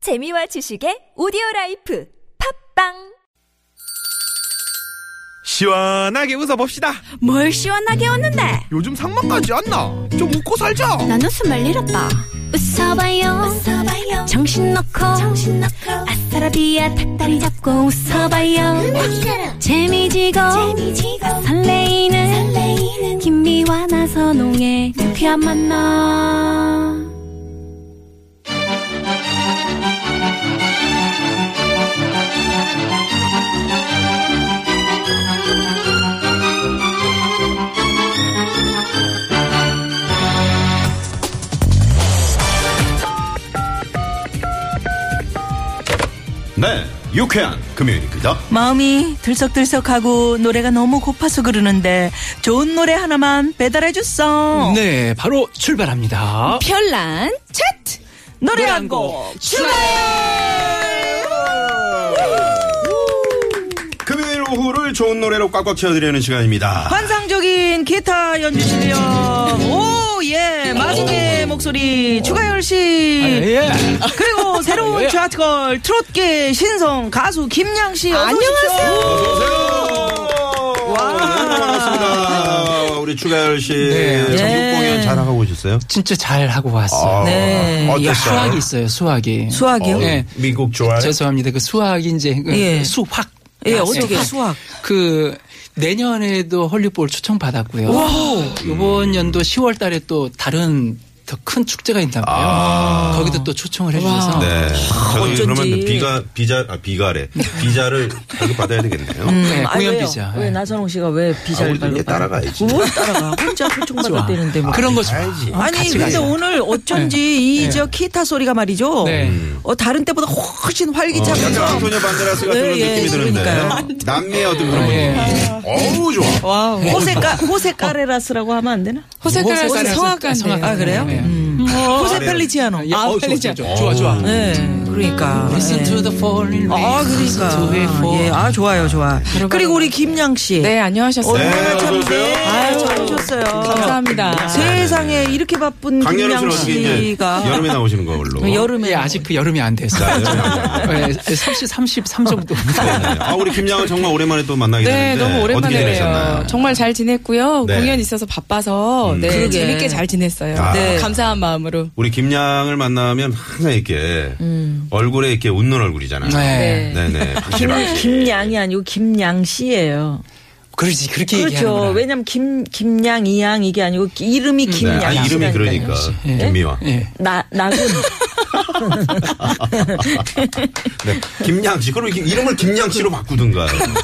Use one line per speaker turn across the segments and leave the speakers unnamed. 재미와 지식의 오디오 라이프 팝빵
시원하게 웃어봅시다.
뭘 시원하게 웃는데
요즘 상만까지 안 나. 좀 웃고 살자.
난 웃음을 잃었다 웃어봐요, 정신 놓고 아싸라비아 닭다리 잡고 웃어봐요 재미지고, 설레이는, 김미와 나서 농에 유쾌한 만나
네, 유쾌한 금요일입니다.
마음이 들썩들썩하고 노래가 너무 고파서 그러는데 좋은 노래 하나만 배달해 줬어.
네, 바로 출발합니다.
별난 차트
노래 한 곡 출발.
금요일 오후를 좋은 노래로 꽉꽉 채워드리는 시간입니다.
환상적인 기타 연주 실력. 오, 예. 마중의 목소리 추가열
아,
씨.
예.
그리고 새로운
예.
차트걸 트롯계 신성 가수 김양 씨. 어서 안녕하세요.
어서오세요! 네, 반갑습니다. 우리 추가열 씨.
네.
전국
예.
공연 잘하고 오셨어요?
진짜 잘 하고 왔어요.
아,
예,
네.
어땠어요?
야,
수학이 있어요, 수학이.
수학이요?
네.
어,
예.
미국 좋아요?
죄송합니다. 그 수학이 이제 그
예.
수학.
예,
아,
어떻게
예.
수학.
그 내년에도 헐리볼 초청 받았고요. 이번 연도 10월 달에 또 다른 더 큰 축제가 있다고요. 거기도 또 초청을 해 주셔서
아. 네. 저도
어쩐지.
그러면 비가, 비자, 아, 비가래. 비자를 발급받아야 되겠네요.
네,
아,
공연
왜요?
비자.
왜
예.
나선홍 씨가 왜
아,
비자를
우리도 이제
발급받아?
따라가야지.
뭘 따라가? 혼자 초청받았대는데 뭐.
그런 거 좋아.
어, 가야지.
아니
같이
근데
가자.
오늘 어쩐지 이 저 키타 소리가 말이죠.
음.
네.
어 다른 때보다 훨씬
어, 약간
활기차면서
안토니오 반데라스가
네,
그런
예,
느낌이 드는데.
그러니까요.
남미의 어떤 그런
아,
분위기.
예.
어우, 좋아.
와 호세카 호세카레라스라고 하면 안 되나?
네, 호세
호세카라스
따라서
성악가인데 어.
성악가.
아, 그래요?
예.
호세 펠리치아노.
예. 어, 좋아, 좋아, 좋아. 좋아, 좋아.
네, 그러니까.
Listen to the falling rain.
아
Listen to it
그러니까.
fall.
예, 아 좋아요 좋아. 그리고 우리 김양 씨.
네 안녕하셨어요
얼마나 참
어서오세요. 네,
아유 잘 오셨어요.
감사합니다
세상에 이렇게 바쁜 김양
강렬한 씨는 어떻게 이제
씨가
여름에 나오시는 걸로.
여름에
예, 아직 그 여름이 안 됐어요.
아, 여름에 나오시는 걸로.
예, 30, 33 정도.
네. 아, 우리 김양은 정말 오랜만에 또 만나게
네
되는데
너무
어떻게
오랜만에 뵈요
지내셨나요?
정말 잘 지냈고요
네.
공연 있어서 바빠서 네
그러게.
재밌게 잘 지냈어요
아.
네. 감사한 마음으로
우리 김양을 만나면 항상 이렇게
음.
얼굴에 이렇게 웃는 얼굴이잖아요.
네.
네네. 확실하게.
김양이 아니고 김양 씨예요.
그러지, 그렇게
그렇죠.
얘기하는구나.
왜냐면 김 김양 이양 이게 아니고 이름이
네.
김양.
아, 이름이
씨라니까요.
그러니까.
예.
김미화.
예.
나 나군.
네. 김양 씨. 그럼 이렇게 이름을 김양 씨로 바꾸든가.
음.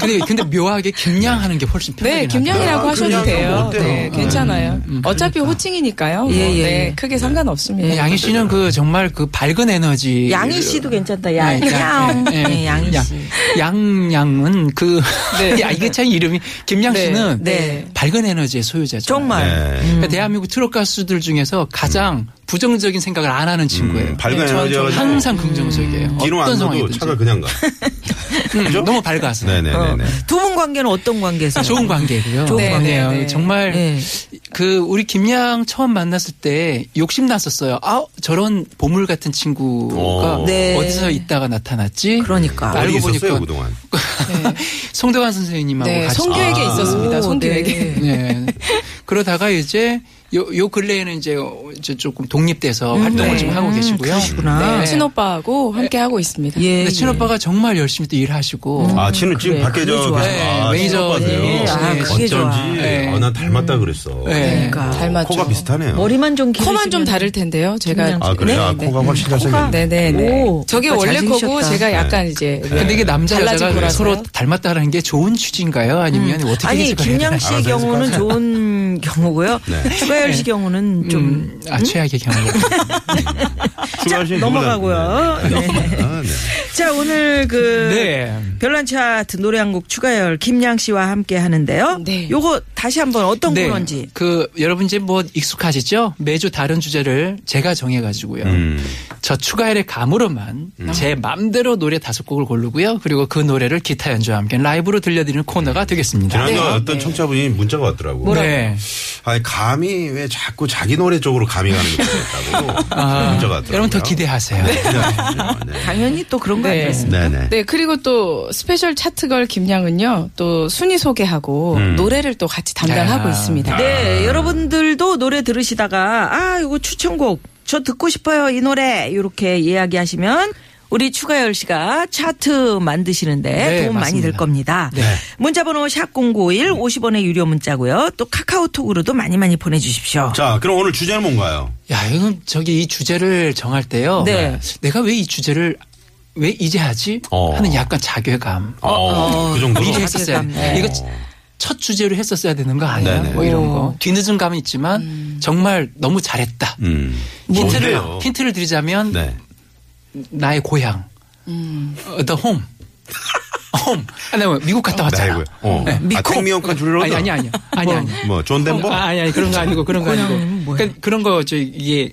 근데, 근데 묘하게 김양 하는 게 훨씬 편하긴
네 김양이라고
아,
하셔도
그냥 뭐
돼요
어때요? 음. 그러니까.
네 괜찮아요 어차피 호칭이니까요
예, 예,
네
예.
크게 상관없습니다
네,
예, 양희 씨는 그 정말 그 밝은 에너지.
양희 씨도 괜찮다.
네,
양. 양.
예, 예.
네, 양희
양-
씨.
양, 양은 그,
네.
야, 이게 참 이름이, 김양
네,
씨는
네.
밝은 에너지의 소유자죠.
정말.
네.
그러니까 대한민국 트롯 가수들 중에서 가장 부정적인 생각을 안 하는 친구예요.
음, 밝은 에너지가
항상 긍정적이에요.
뒤로 안 넣어도
어떤 상황이든지.
차가 그냥 가.
음, 너무 밝아서.
네네네네.
어. 두 분 관계는 어떤 관계세요?
아, 좋은 관계고요.
좋은
네,
관계예요.
네, 네. 정말
네.
그 우리 김양 처음 만났을 때 욕심 났었어요. 아 저런 보물 같은 친구가
오.
네.
어디서 있다가 나타났지?
그러니까.
알고
어디 있었어요
보니까
그동안?
송대관 선생님하고
네
같이.
송교에게 있었습니다 송교에게
네.
네. 그러다가 이제 요, 요 근래에는 이제, 어, 이제 조금 독립돼서 활동을
네.
좀 하고 계시고요.
그러시구나.
네, 친오빠하고 함께 하고 있습니다
예.
근데 친오빠가 정말 열심히 또 일하시고
아, 친은 지금
어, 그래,
밖에 저
그게 좋아요.
계속- 아,
네,
친오빠세
매니저님.
요
아,
그게 좋아.
어쩐지
네.
어, 난 닮았다 그랬어.
네.
그러니까.
잘 맞죠
코가 비슷하네요.
머리만 좀 길어지면
코만 좀 다를 텐데요 제가
그냥
아 그래요? 아,
네.
코가 훨씬 잘생겼네.
네네네.
오,
저게
오빠
원래 거고
잘생기셨다.
제가 약간 이제
네.
근데 이게 남자
달라진
여자가
거라서요?
서로 닮았다라는 게 좋은 취지인가요? 아니면 어떻게
아니
해석을 해야
김양
되나요?
씨의
알아서
경우는 좋은 경우고요.
네.
추가열 씨 경우는 좀
음, 아 최악의 경우.
추가하신
넘어가고요.
네. 네. 아, 네.
자, 오늘 그
네.
별난 차트 노래 한 곡 추가열 김양 씨와 함께 하는데요.
네.
요거 다시 한번 어떤
네.
코너인지.
그 여러분 이제 뭐 익숙하시죠? 매주 다른 주제를 제가 정해가지고요.
음.
저 추가일의 감으로만 제 맘대로 노래 다섯 곡을 고르고요. 그리고 그 노래를 기타 연주와 함께 라이브로 들려드리는 코너가 되겠습니다.
네.
지난주에 어떤 청취자분이 문자가 왔더라고.
네.
아니 감이 왜 자꾸 자기 노래 쪽으로 감이 가는 것 같다고
아,
문자가 왔더라고요.
여러분 더 기대하세요.
네. 네.
당연히 또 그런 거
네.
아니겠습니까?
네네.
네, 그리고 또 스페셜 차트걸 김양은요, 또 순위 소개하고
음.
노래를 또 같이 담당하고
아.
있습니다.
네, 여러분들도 노래 들으시다가 아, 요거 추천곡 저 듣고 싶어요. 이 노래. 이렇게 이야기하시면 우리 추가열 씨가 차트 만드시는데
네,
도움 많이
맞습니다.
될 겁니다.
네.
문자 번호 샵0951 50원의 유료 문자고요. 또 카카오톡으로도 많이 많이 보내 주십시오.
자, 그럼 오늘 주제는 뭔가요?
야, 이건 저기 이 주제를 정할 때요.
네.
내가 왜 이 주제를 왜 이제 하지?
어.
하는 약간 자괴감.
어, 그 정도로.
미리 했었어야 돼.
자괴감. 네.
이거 첫 주제로 했었어야 되는 거 아니야?
네네.
뭐 이런 거. 뒤늦은 감은 있지만 정말 너무 잘했다.
음.
힌트를
뭔데요?
힌트를 드리자면
네.
나의 고향. 어, The home. home. 아니, 뭐 미국 갔다 왔잖아. 네.
나이고요. 어. 아, 생미역한 줄로.
아니 아니 아니. 아니 아니.
뭐, 존
어,
덴버?
아, 아니 아니 그런 거 아니고 그런 거 아니고. 그러니까 그런 거저 이게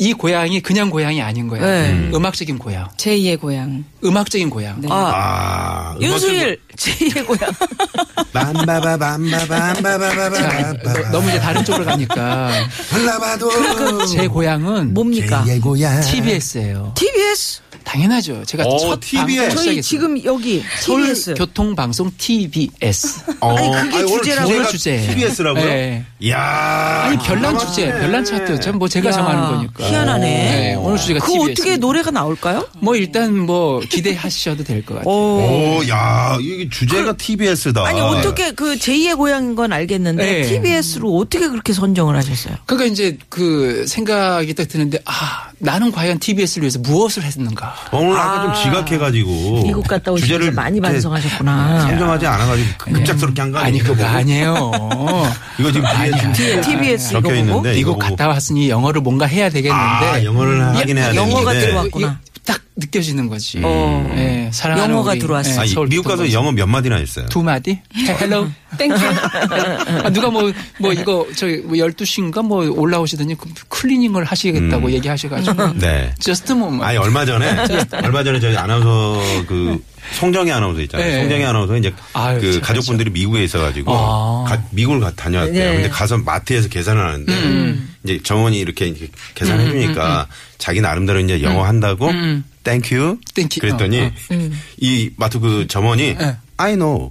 이 고향이 그냥 고향이 아닌 거야.
네.
음. 음악적인 고향.
제2의 고향.
음악적인 고향.
네.
아,
아,
윤수일 제2의 고향.
자, 너-
빰바바밤바바밤바바바밤.
너무 이제 다른 쪽으로 가니까
흘러봐도.
제 고향은
뭡니까?
제
네.
고향.
TBS예요.
TBS.
당연하죠. 제가
어,
첫
TBS.
방송을
저희
시작했어요.
지금 여기
서울
TBS.
교통 방송 TBS.
어.
아니, 그게 주제라고.
오늘 주제.
TBS라고요?
네.
이야.
아니 별난 주제, 별난 차트. 전 뭐 제가
야,
정하는 거니까.
희한하네.
네, 오늘 주제가
그
TBS.
어떻게 노래가 나올까요?
뭐 일단 뭐 기대하셔도 될 것
어.
같아요.
오, 야, 이게 주제가 TBS다.
그- 아니 어떻게 그 제2의 고향인 건 알겠는데
네.
TBS로 어떻게 그렇게 선정을 하셨어요?
그러니까 이제 그 생각이 딱 드는데 아 나는 과연 TBS를 위해서 무엇을 했는가.
오늘 아까 좀 지각해가지고
미국 갔다 오시면서 많이
이렇게
반성하셨구나.
상정하지 않아가지고 급작스럽게 한 거
아니
아니에요?
그거
보고?
아니에요.
이거 지금 뒤에
아니야.
지금
TBS 이거
적혀
보고
있는데 네, 이거 보고.
미국 갔다 왔으니 영어를 뭔가 해야 되겠는데 예?
아, 영어를 하긴 해야 되는데.
영어가 들어왔고.
이게
왔구나.
예, 딱 느껴지는 거지.
어.
예, 사랑하는
영어가
우리,
들어왔어. 네.
예,
아, 이-
서울
미국 가서
교통방송.
영어 몇 마디나 했어요?
두 마디? 헬로 땡큐. 아, 누가 뭐, 뭐 이거, 저기, 뭐 12시인가 뭐 올라오시더니 그 클리닝을 하시겠다고 얘기하셔가지고.
음. 네.
저스트 모먼.
아니 얼마 전에
네.
얼마 전에 저희 아나운서 그 송정희 아나운서 있잖아요.
네.
송정희 아나운서 이제
아유,
그
참,
가족분들이 미국에 있어가지고
아.
가- 미국을 가- 다녀왔대요.
네.
근데 가서 마트에서 계산을 하는데
음,
이제 정원이 이렇게 이렇게 계산해 주니까
음.
자기 나름대로 이제 영어 한다고 땡큐
땡큐.
그랬더니
음. 어, 어. 네.
이 마트 그 점원이 I know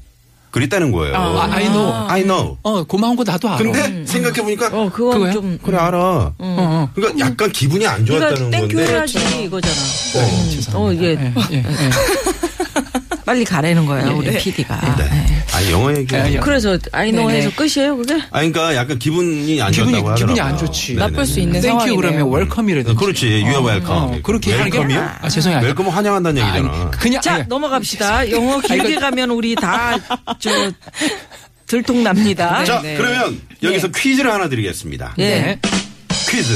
그랬다는 거예요.
아, I know.
I know.
어, 고마운 거 나도 알아. 음,
근데 생각해 보니까
어, 그건
그거요?
좀
그래 알아.
어, 어.
그러니까 약간 기분이 안
네가
좋았다는
땡큐
건데.
해야지 이거잖아.
네, 죄송합니다.
어, 이게
예, 예, 예.
빨리 가라는 거야 우리 PD가.
네. 아니 영어 얘기.
아, 영어.
그래서 아이노에서 끝이에요 그게?
아, 그러니까 약간 기분이 안
기분이-
좋다고 하더라고요.
기분이 안 좋지.
네네네.
나쁠 수 있는
땡큐
상황이네요.
그러면 웰컴이라든지.
그렇지. 유어 웰컴.
어, 그렇게 하는 게.
웰컴이요?
아, 죄송해요.
웰컴은 환영한다는 얘기잖아.
아니, 그냥.
자
아니,
넘어갑시다. 영어 길게 가면 우리 다 저 들통납니다.
자, 그러면
예.
여기서 퀴즈를 하나 드리겠습니다.
네.
퀴즈.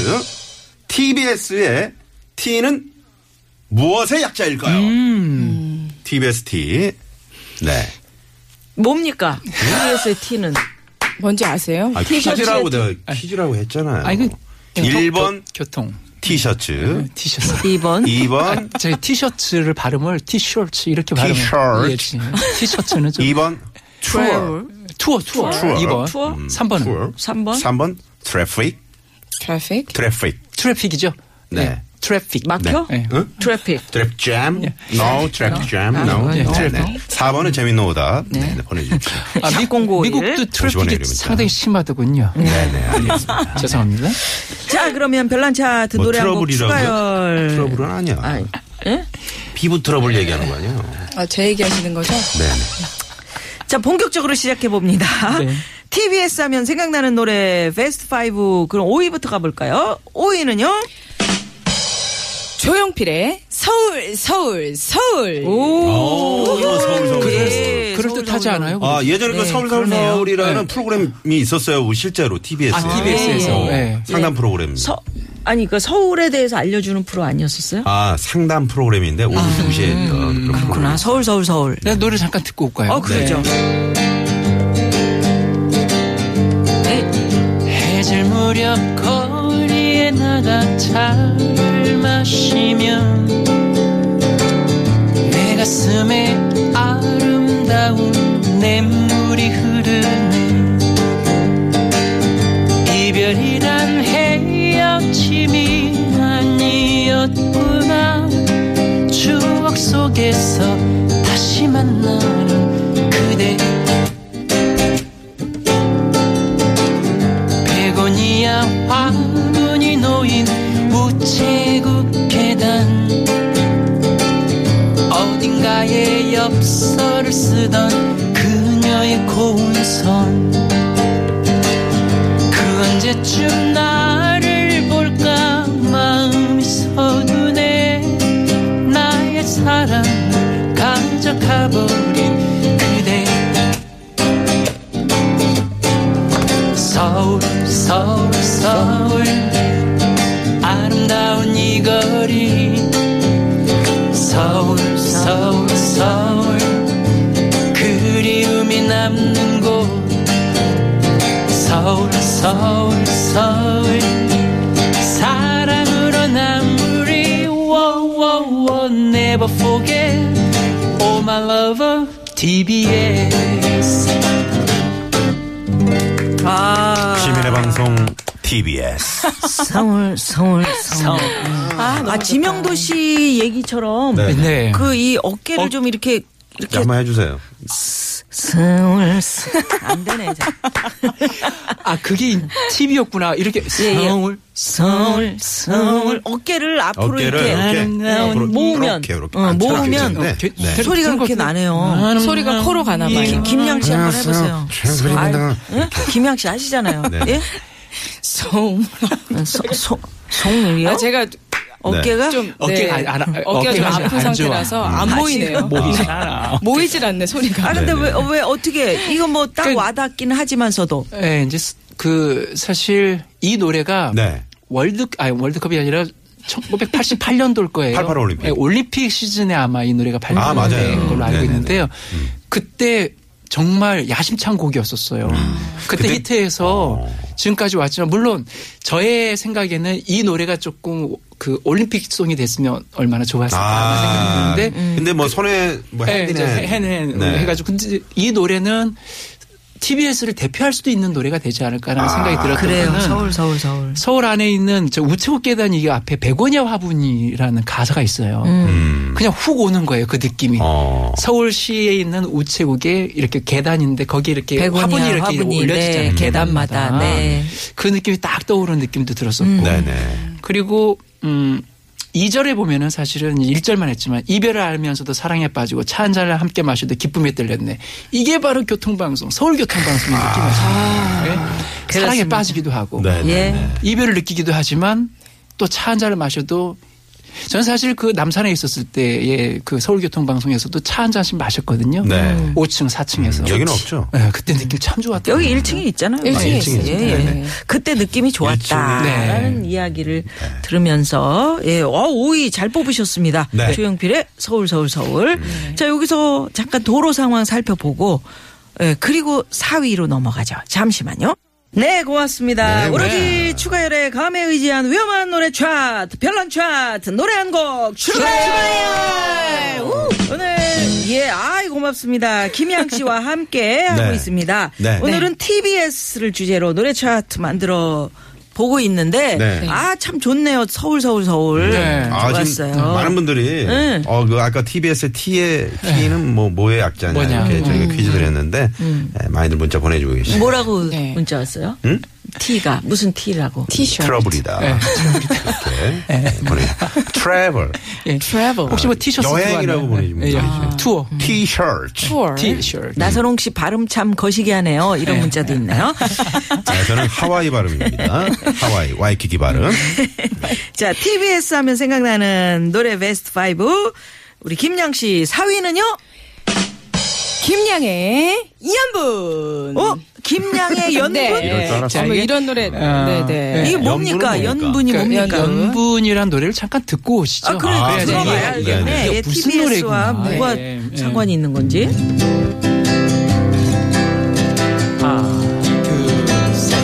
TBS의 T는 무엇의 약자일까요?
음.
TBS T. 네.
뭡니까? TBS의 T는
뭔지 아세요?
아, 퀴즈라고 내가 퀴즈라고 했잖아요.
아니, 그-
일 1번
교- 교통.
티셔츠,
티셔츠.
2번
2번
저희 티셔츠를 발음을 티셔츠 이렇게 발음.
티셔츠.
티셔츠는 좀
2번 투어,
투어 투어
투어. 음.
2번 음.
투어?
3번은
투어,
3번?
3번 트래픽,
트래픽.
트래픽.
트래픽이죠.
네.
트래픽.
막혀?
네.
응?
트래픽.
트랩 잼?
예.
No,
아,
트랩 잼. No.
예.
네,
트랩.
네. 4번은 재밌는 오답. 네, 네, 보내주십시오.
아, 음. 미,
1001.
미국도
50원의
트래픽이
이름이다.
상당히 심하더군요.
네,
그
네, 알겠습니다.
죄송합니다.
음.
자 그러면 별난 차트
뭐
노래 한 곡
트러블이라고요?
추가열.
트러블은 아니야.
아니, 예?
피부 트러블 얘기하는 거 아니에요?
아, 제 얘기하시는 거죠?
네, 네.
자, 본격적으로 시작해 봅니다.
네.
TBS 하면 생각나는 노래 베스트 5 그럼 5위부터 가볼까요? 5위는요?
조용필의 서울, 서울, 서울.
오, 아, 서울, 서울.
예,
그럴
서울,
듯하지
서울,
않아요?
아, 예전에
네,
그 서울, 서울, 서울이라는 프로그램이 있었어요. 그 실제로 TBS에.
아, TBS 에서. 예.
상담 프로그램.
네. 서, 아니 그 서울에 대해서 알려주는 프로 아니었었어요?
아 상담 프로그램인데 오후
아,
2시에 했던
음,
그런
그렇구나.
프로그램.
서울, 서울, 서울.
내가 노래 잠깐
아,
듣고 올까요?
네.
어 그러죠.
해질 무렵 거리에 나가 차를 마시면 내 가슴에 아름다운 냇물이 흐르네 이별이란 헤어짐이 아니었구나 추억 속에서 다시 만나는 그대 베고니아 화분이 놓인 우체국 계단 어딘가에 엽서를 쓰던 그녀의 고운 손 그 언제쯤 나를 볼까 마음이 서두네 나의 사랑을 가져가버린 그대 서울 서울 서울 아름다운 이 거리 서울 서울 서울 그리움이 남는 곳 서울 서울 서울 사랑으로 남으리 워워워 never forget oh my lover TBS
아
시민의 방송 TBS.
서울, 서울, 서울. 음.
아, 아, 지명도 씨 얘기처럼
네.
네.
그 이 어깨를
어.
좀 이렇게 이렇게
한번 해주세요.
서울, 서울.
안 되네. 잘.
아 그게 TV였구나 이렇게
예.
서울
서울 서울 음, 어깨를 앞으로
어깨를
이렇게
이렇게,
아름다운 모으면
이렇게, 이렇게
어,
앉혀서
모으면
이렇게
이렇게
앉는데, 네.
소-
소리가 그렇게 나네요.
아.
소리가 코로 가나 봐요.
김양 씨 한번 해보세요.
안녕하세요.
응? 예? 김양 씨 아시잖아요.
네.
예?
소음.
소, 소, 송이요?
아, 제가
어깨가
좀
어깨가
네,
안- 안-
어깨가 좀
어깨가 안
아픈
좋아. 아,
상태라서 안 보이네요.
모이질 않아.
모이질 않네 소리가.
아 근데
네,
왜,
네.
왜 어떻게 이건 뭐 딱
그-
와닿기는 하지만서도
네, 이제 스- 그 사실 이 노래가
네.
월드 아니 월드컵이 아니라 1988년도일 거예요.
88 올림픽.
네, 올림픽 시즌에 아마 이 노래가
아,
발표된
맞아요.
걸로 알고
네네네. 음.
있는데요. 그때 정말 야심찬 곡이었었어요. 그때,
음. 그때-
히트해서
어.
지금까지 왔지만 물론 저의 생각에는 이 노래가 조금 그 올림픽 송이 됐으면 얼마나 좋았을까
아,
하는 생각이 드는데 음.
근데 뭐 손에 뭐
네,
핸드네.
이제 헨헨 해가지고 근데 이 노래는 TBS를 대표할 수도 있는 노래가 되지 않을까라는
아,
생각이 들었던
그래요.
거는
서울, 서울, 서울.
서울 안에 있는 저 우체국 계단 이 앞에 백원야 화분이라는 가사가 있어요.
음.
그냥 훅 오는 거예요. 그 느낌이.
어.
서울시에 있는 우체국에 이렇게 계단인데 거기 이렇게
백원이야,
화분이 이렇게
예, 화분이.
올려지잖아요.
네, 계단마다. 네. 음.
그 느낌이 딱 떠오르는 느낌도 들었었고.
네네.
그리고 음 2절에 보면은 사실은 1절만 했지만 이별을 알면서도 사랑에 빠지고 차 한 잔을 함께 마셔도 기쁨에 떨렸네. 이게 바로 교통방송, 서울교통방송의 느낌이죠.
아.
네? 사랑에 빠지기도 하고
아. 네네.
예.
이별을 느끼기도 하지만 또 차 한 잔을 마셔도 저는 사실 그 남산에 있었을 때의 그 서울교통방송에서도 차 한 잔씩 마셨거든요.
네.
5층, 4층에서. 네,
음, 여기는 없죠.
그때 느낌 참 좋았다.
여기 1층에 있잖아요.
일층에
예,
있어요.
예, 예.
네네.
그때 느낌이
네.
좋았다라는 이야기를 들으면서 예, 어, 5위 잘 뽑으셨습니다.
네. 음.
조영필의 서울 서울 서울. 자 여기서 잠깐 도로 상황 살펴보고 예, 그리고 4위로 넘어가죠. 잠시만요. 네, 고맙습니다.
네,
오로지
네.
추가열의 감에 의지한 위험한 노래 차트, 별난 차트, 노래 한 곡 추가열! 우! 오늘, 예, 아이, 고맙습니다. 김양 씨와 함께 하고
네.
있습니다.
네.
오늘은 TBS를 주제로 노래 차트 만들어 보고 있는데,
네.
아, 참 좋네요. 서울, 서울, 서울.
네.
아,
좋았어요.
지금 많은 분들이
응.
어, 그 아까 TBS의 T의 T는 뭐 뭐의 약자냐
뭐냐.
이렇게 저희가 퀴즈 드렸는데 예, 많이들 문자 보내주고 계시죠.
뭐라고
네.
문자 왔어요? T가, 무슨 T라고?
티셔츠.
트러블이다. 이렇게 네, 보내. 트래블.
예.
트래블.
혹시 뭐 티셔츠
여행이라고
좋아하나요?
보내주면
예, 예.
되죠.
투어.
음.
티셔츠.
투어.
네.
티셔츠.
나선홍 씨 발음 참 거시기 하네요. 이런 문자도 있나요?
자, 저는 하와이 발음입니다. 하와이 와이키키 발음.
자, TBS 하면 생각나는 노래 베스트 5. 우리 김양 씨 4위는요?
김양의 연분. 네.
어? 김양의 연분?
이럴 줄 알았어.
자, 어머,
이게-
이런 노래.
아,
네네.
이게 뭡니까?
연분은 뭡니까?
연분이
그러니까
뭡니까?
연-
연분이란 노래를 잠깐 듣고 오시죠.
아, 그래,
아,
들어봐야
네, 네,
알겠네.
네.
예,
이게 무슨
TBS와
노래구나.
뭐가
예, 예.
상관이 있는 건지.
하나, 둘, 셋.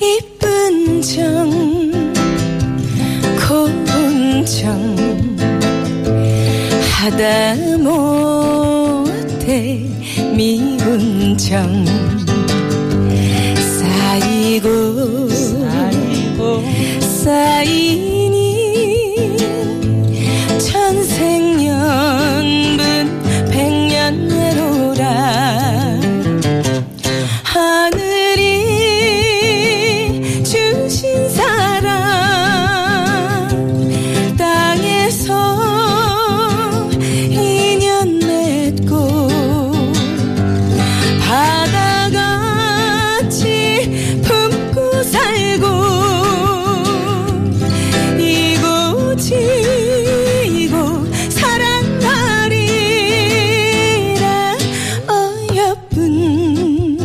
이쁜 정 고운 정 하다못해 미운 정 쌓이고 쌓이니 천생연분 백년 외로라 하늘이 주신 사랑 땅에서 인연 맺고 바다같이 품고 살고 이고 지고 사랑하리라 어여쁜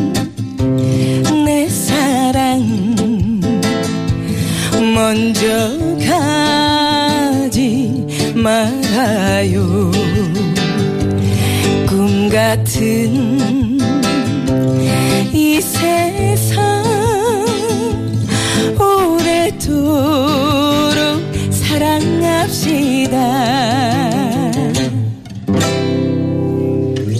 내 사랑 먼저 가지 말아요 꿈 같은 이 세상 오래도록 사랑합시다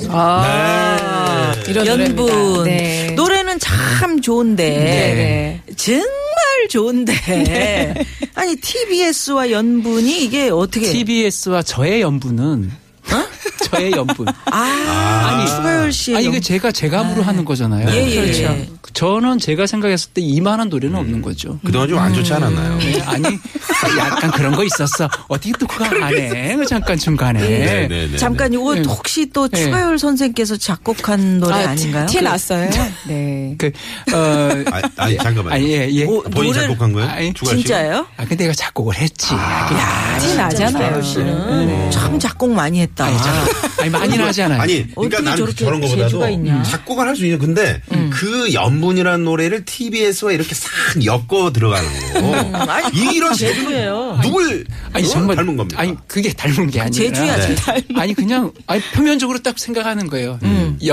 아,
이런
연분.
노래입니다. 네.
노래는 참 좋은데. 정말 좋은데. 아니, TBS와 연분이 이게
네.
어떻게.
TBS와 저의 연분은 저의 연분.
아, 아니. 추가열 씨의.
아니 이게
어? 예, 연-
제가 제감으로 하는 거잖아요.
예, 예.
그렇죠. 저는 제가 생각했을 때 이만한 노래는 없는 거죠.
그동안 좀 안 좋지 않았나요?
네, 아니 약간 그런 거 있었어. 어떻게 또 그거 안 해? 잠깐 중간에.
네, 네, 네.
예. 잠깐, 이거
네.
혹시 또
네.
추가열 선생께서 작곡한 노래 아, 닌가요
티그 났어요. 네.
그 어.
아, 아니 뭐, 잠깐만요. 어,
아니 예 예.
오,
본인
노래를-
작곡한 거예요?
아니,
주갈 그 씨?
진짜예요?
아 근데 내가 작곡을 했지. 아,
티 나잖아요.
추가열 씨는 참 작곡 많이 했다.
아니, 작곡- 아니 많이 나지 않아요.
아니,
네. 어떻게
그러니까 나는
저렇게
저런
재주가
거보다도
있냐? 음.
작곡을 할 수 있는 근데 그 연분이라는 노래를 TBS와 이렇게 싹 엮어 들어가는 거.
음, 아니,
이- 이런 재주는
제주예요.
누굴
아니
어?
정말
닮은 겁니까?
아니 그게 닮은 게 아니라
제주야,
네. 제주.
아니 그냥 아니 표면적으로 딱 생각하는 거예요.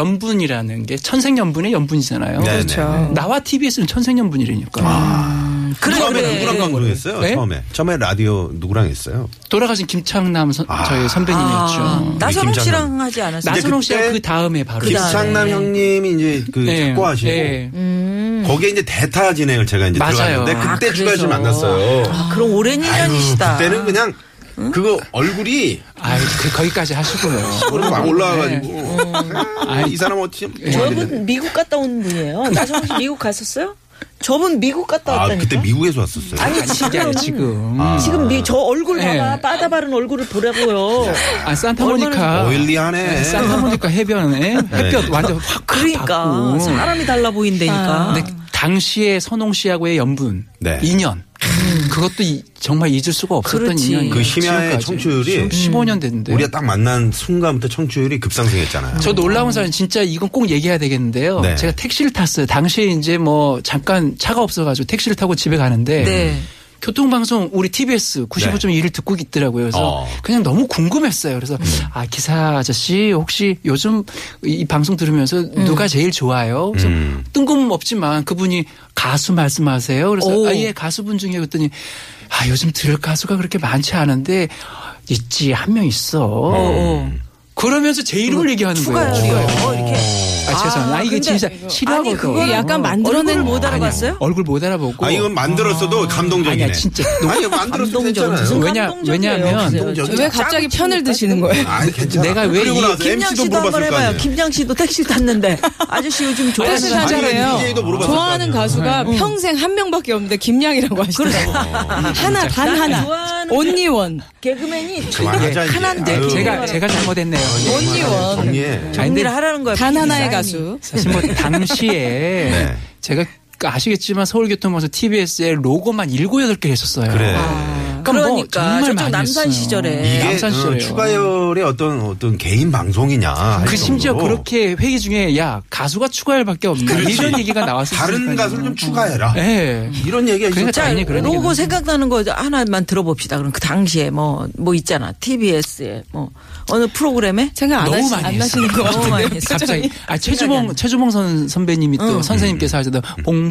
연분이라는 게 천생 연분의 연분이잖아요.
음. 네, 네, 아. 그렇죠. 네.
나와 TBS는 천생 연분이라니까.
그래,
처음에
그래.
누구랑 광고했어요
네?
처음에 처음에 라디오 누구랑 했어요?
돌아가신 김창남 선,
아.
저희 선배님이었죠.
아, 나선홍
김장남.
씨랑 하지 않았어요?
나-
나선홍
이제 그때
씨가 그 다음에 바로
네.
김창남 형님이 이제 그
네.
작곡하시고
네.
거기에 이제 대타 진행을 제가 이제
맞아요.
들어갔는데 그때
아,
주갈 씨
그래서. 아,
만났어요.
그럼 오랜 인연이시다.
그때는 그냥 그거 얼굴이
아유, 그, 거기까지 하시고요. 네.
얼굴 막 올라와가지고 아, 이 사람 어찌
저분 미국 갔다 온 분이에요. 나선홍 씨 미국 갔었어요? 저분 미국 갔다
아
왔다니까.
그때 미국에서 왔었어요.
아니
이게
지금
아니라 지금. 아,
지금 미, 저 얼굴
네.
봐봐 빠다 바른 얼굴을 보라고요.
아, 산타모니카.
오일리하네.
산타모니카
네.
해변에 햇볕 완전 확
그러니까
받고.
사람이 달라 보인다니까.
근데 당시에 선홍 씨하고의 연분
네.
인연 그것도 이- 정말 잊을 수가 없었던
그렇지.
인연이에요.
그 심야의
지금까지.
청취율이 음.
15년 됐는데
네.
우리가 딱 만난 순간부터 청취율이 급상승했잖아요.
저 놀라운 사연 진짜 이건 꼭 얘기해야 되겠는데요.
네.
제가 택시를 탔어요. 당시에 이제 뭐 잠깐 차가 없어가지고 택시를 타고 집에 가는데
네.
교통방송 우리 TBS 95.1을 듣고 있더라고요. 그래서
네. 어. 음.
그냥 너무 궁금했어요. 그래서 아 기사 아저씨 혹시 요즘 이 방송 들으면서
음.
누가 제일 좋아요? 그래서
음.
뜬금없지만 그분이 가수 말씀하세요. 그래서
오.
아예 가수분 중에 그랬더니 아 요즘 들을 가수가 그렇게 많지 않은데 있지 한 명 있어.
음.
그러면서 제 이름을 얘기하는
추가열이요.
거예요.
어, 이렇게
아 죄송합니다. 아, 이게
근데
진짜 싫어하고
아니 그거
약간
얼굴
만들어낸-
못 알아봤어요?
얼굴 못 알아보고
아 이건 만들었어도 감동적이네.
아니야, 진짜.
아니 이거 만들었어도
감동적 무슨
괜찮아요.
왜냐-
감동적이에요,
왜냐면-
그죠?
감동적이야.
왜 갑자기 편을 드시는 거예요?
아니 괜찮아.
내가 왜
그리고
이-
나서
김양
MC도
씨도 한번
물어봤을 거
해봐요.
아니에요.
김양 씨도 택시 탔는데 아저씨 요즘
택시
네. 좋아하시는
아니,
타잖아요.
DJ 도 물어봤을 거
좋아하는
아니에요.
가수가 평생 한 명밖에 없는데 김양이라고 하시더라고요. 하나 단 하나.
좋아하는
온니 원.
개그맨이
그만하자 이제.
네, 하나인데
아유.
제가 제가 잘못했네요.
정리해. 정리해.
정리를 하라는 거야.
단 하나의
사람이.
가수.
사실 뭐 당시에
네.
제가 아시겠지만 서울교통방송 TBS의 로고만 7, 8개 했었어요.
그래.
약간 뭐
그러니까
정말
저쪽
많이
남산
했어요.
시절에
이게
남산
어,
시절에요.
추가열의 어떤 어떤 개인 방송이냐. 할
그 심지어
정도로
그렇게 회의 중에 야 가수가 추가열밖에 없나
그렇지.
이런 얘기가 나왔어요.
다른 가수를 좀 추가해라.
예.
이런 얘기가 있었
그러니까
자,
당연히 그런
로고
얘기는.
생각나는 거 하나만 들어봅시다. 그럼 그 당시에 뭐 뭐 있잖아. TBS에 뭐 어느 프로그램에
생각 안,
너무
하시,
많이
안
했어.
나시는 거
너무 많이
같은데.
했어.
갑자기 아 최주봉 최주봉 선 선배님이 또 선생님께서 하시던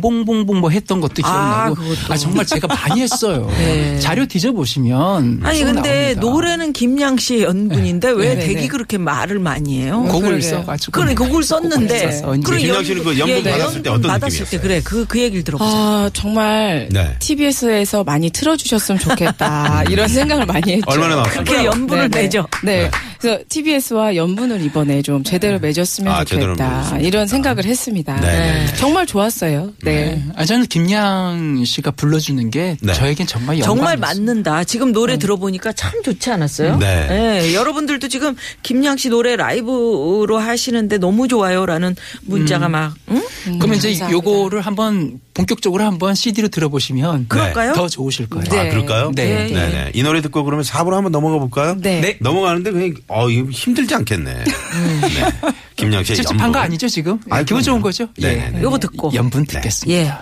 봉봉봉봉 뭐 했던 것도 기억나고
아, 그것도.
정말 제가 많이 했어요.
네.
자료 뒤져 보시면
아니 근데 노래는 김양 씨의 연분인데 왜
네,
되게
네.
그렇게 말을 많이 해요?
음. 곡을 아,
그러게요.
써가지고
그러니 곡을 썼는데
썼어, 언제.
그리고
김양
연-
씨는 그 연분
예,
받았을 때 어떤
연분 받았을 때
느낌이었어요?
그래 그 그 얘기를 들어보세요.
아, 정말
네.
TBS에서 많이 틀어주셨으면 좋겠다. 이런 생각을 많이 했죠.
얼마나 나왔어요?
그렇게 연분을
네, 네.
내죠.
네. 그래서 TBS와 연분을 이번에 좀 제대로 맺었으면
아, 제대로
좋겠다.
맺었으면
이런
좋겠다.
생각을 했습니다.
네, 네.
정말 좋았어요. 네.
아 저는 김양 씨가 불러주는 게
네.
저에겐 정말 영광
정말 맞는다. 지금 노래 들어보니까 참 좋지 않았어요?
네.
예, 여러분들도 지금 김양 씨 노래 라이브로 하시는데 너무 좋아요라는 문자가 막 응?
그러면 이제
감사합니다.
요거를 한번 본격적으로 한번 CD로
네.
들어보시면
그럴까요?
더 좋으실 거예요.
네.
아, 그럴까요?
네.
네. 네. 이 노래 듣고 그러면 4부로 한번 넘어가 볼까요?
네. 네.
넘어가는데 그냥 어 이거 힘들지 않겠네.
음.
네. 김양 씨의
찝찝한
연분.
거 아니죠 예. 지금? 네,
아,
기분
그럼요.
좋은 거죠?
네, 네, 네.
요거 듣고
연분 듣겠습니다.
예.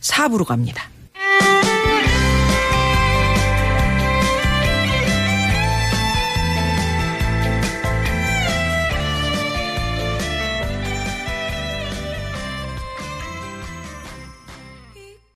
4부로 갑니다.